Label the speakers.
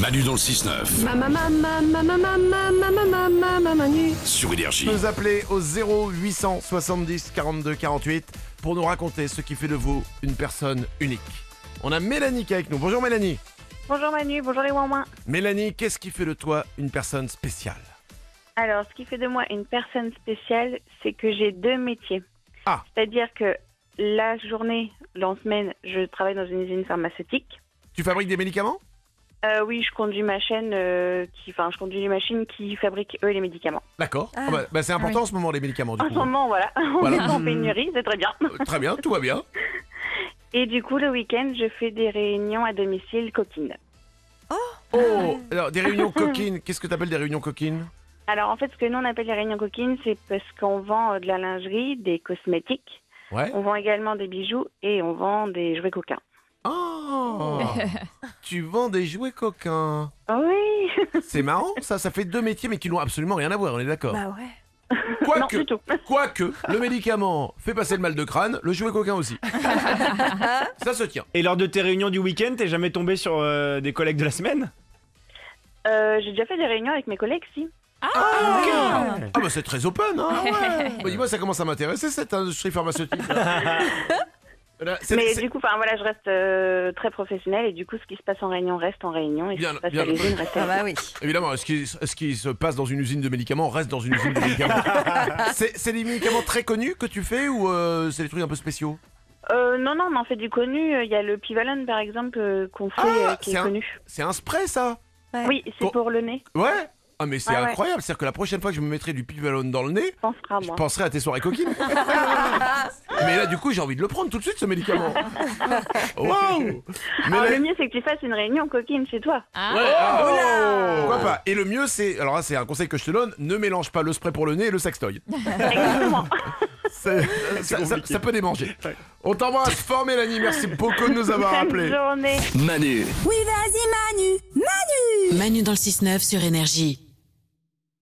Speaker 1: Manu dans le 6-9
Speaker 2: Ma ma ma ma ma ma ma ma ma ma ma ma ma Manu.
Speaker 1: sur Énergie.
Speaker 3: Nous appeler au 0870 42 48 pour nous raconter ce qui fait de vous une personne unique. On a Mélanie qui est avec nous. Bonjour Mélanie.
Speaker 4: Bonjour Manu, bonjour les Wanwan.
Speaker 3: Mélanie, qu'est-ce qui fait de toi une personne spéciale
Speaker 4: Alors, ce qui fait de moi une personne spéciale, c'est que j'ai deux métiers.
Speaker 3: Ah.
Speaker 4: C'est-à-dire que la journée, l'en semaine, je travaille dans une usine pharmaceutique.
Speaker 3: Tu fabriques des médicaments
Speaker 4: Euh, oui, je conduis ma chaîne, euh, qui, enfin, je conduis les machines qui fabriquent eux les médicaments.
Speaker 3: D'accord. Ah bah, bah, c'est important en ce moment les médicaments Oh, du
Speaker 4: En
Speaker 3: coup.
Speaker 4: ce moment, voilà, on
Speaker 3: Voilà.
Speaker 4: est en pénurie, c'est très bien.
Speaker 3: Euh, Très bien, tout va bien.
Speaker 4: Et du coup, le week-end, je fais des réunions à domicile coquines.
Speaker 3: Oh, alors des réunions coquines. Qu'est-ce que t'appelles des réunions coquines
Speaker 4: Alors, en fait, ce que nous on appelle les réunions coquines, c'est parce qu'on vend euh, de la lingerie, des cosmétiques,
Speaker 3: Ouais.
Speaker 4: on vend également des bijoux et on vend des jouets coquins.
Speaker 3: Oh Tu vends des jouets coquins.
Speaker 4: Ah Oui.
Speaker 3: C'est marrant, ça. Ça fait deux métiers mais qui n'ont absolument rien à voir. On est d'accord.
Speaker 2: Bah ouais.
Speaker 4: non,
Speaker 3: Quoique.
Speaker 4: du tout.
Speaker 3: Quoique, le médicament fait passer le mal de crâne, le jouet coquin aussi. Ça se tient.
Speaker 5: Et lors de tes réunions du week-end, t'es jamais tombé sur euh, des collègues de la semaine
Speaker 4: Euh, j'ai déjà fait des réunions avec mes collègues, si.
Speaker 3: Ah, bah c'est très open, hein ouais. Bah, dis-moi, ça commence à m'intéresser cette industrie pharmaceutique. là. Voilà, c'est-
Speaker 4: Mais
Speaker 3: c'est-
Speaker 4: du coup, enfin voilà, je reste euh, très professionnelle et du coup, ce qui se passe en réunion reste en réunion et ce
Speaker 3: Bien,
Speaker 4: qui se passe
Speaker 3: bien.
Speaker 4: à l'usine reste. à
Speaker 6: Ah
Speaker 4: l'usine.
Speaker 6: bah oui.
Speaker 3: Évidemment, ce qui, ce qui se passe dans une usine de médicaments reste dans une usine de médicaments. c'est, c'est des médicaments très connus que tu fais ou euh, c'est des trucs un peu spéciaux
Speaker 6: bah.
Speaker 4: Euh, non, non, on en fait du connu. Euh, Il y a le Pivalone, par exemple, euh, qu'on fait,
Speaker 3: Ah,
Speaker 4: euh, qui
Speaker 3: c'est
Speaker 4: est
Speaker 3: un-
Speaker 4: connu.
Speaker 3: C'est un spray ça
Speaker 6: Ouais.
Speaker 4: Oui, c'est
Speaker 3: Bon.
Speaker 4: pour le nez.
Speaker 3: Ouais Ah mais c'est
Speaker 4: Ouais, ouais.
Speaker 3: incroyable, c'est-à-dire que la prochaine fois que je me mettrai du pivalone dans le nez,
Speaker 4: Je penserai à
Speaker 3: je
Speaker 4: moi.
Speaker 3: penserai à tes soirées coquines. mais là du coup j'ai envie de le prendre tout de suite ce médicament. Waouh Mais
Speaker 4: Alors,
Speaker 3: là-
Speaker 4: le mieux, c'est que tu fasses une réunion coquine chez toi.
Speaker 3: Ouais, ah, pourquoi pas Et le mieux, c'est. Alors là, c'est un conseil que je te donne ne mélange pas le spray pour le nez et le sextoy.
Speaker 4: Exactement.
Speaker 3: C'est- ça, ça- ça peut démanger. On t'embrasse fort, Mélanie. Merci beaucoup de nous avoir
Speaker 4: Bonne
Speaker 3: appelés.
Speaker 4: journée.
Speaker 1: Manu.
Speaker 7: Oui, vas-y Manu Manu Manu dans le 6-9 sur Énergie.